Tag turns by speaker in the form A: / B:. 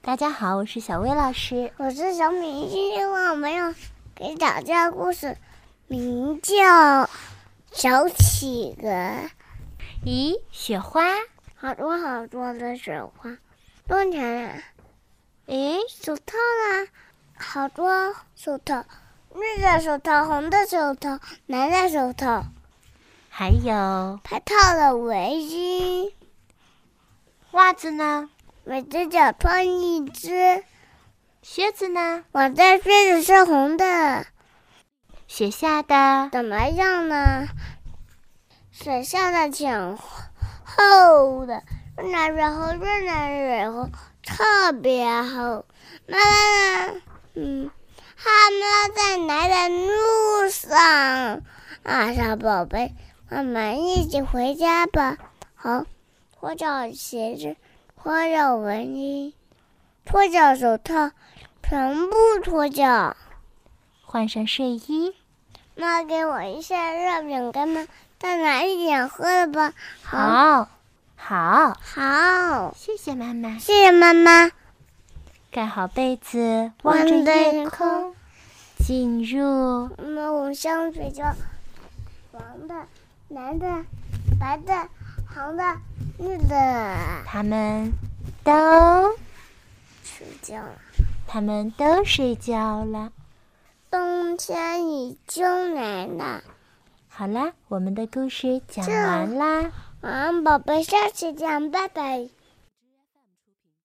A: 大家好，我是小薇老师。
B: 我是小米，今天我们要给大家故事，名叫《小企鹅》。
A: 咦，雪花？
B: 好多好多的雪花，冬天啊，诶，手套啦，好多手套，绿的手套、红的手套、蓝的手套，
A: 还有
B: 还套了围巾，
A: 袜子呢？
B: 每只脚穿一只。
A: 靴子呢？
B: 我的靴子是红的，
A: 雪下的
B: 怎么样呢？水下的挺厚的，越来越厚，越来越厚，特别厚。妈妈呢？嗯，他们在来的路上啊，小宝贝，我们一起回家吧。好，脱掉鞋子，脱掉围巾，脱掉手套，全部脱掉。
A: 换上睡衣，
B: 妈，给我一下热饼干吗？再来一点喝的吧。
A: 好，好，
B: 好，
A: 谢谢妈妈。
B: 谢谢妈妈。
A: 盖好被子，
B: 望
A: 望着
B: 着
A: 夜
B: 夜
A: 空
B: 空，
A: 进入
B: 我们五香水叫黄的、蓝的、白的、红的、绿的，
A: 他们都，
B: 睡觉了。
A: 他们都睡觉了。
B: 冬天已经来了，
A: 好啦，我们的故事讲
B: 这
A: 完啦。
B: 晚安，宝贝，下期见，拜拜。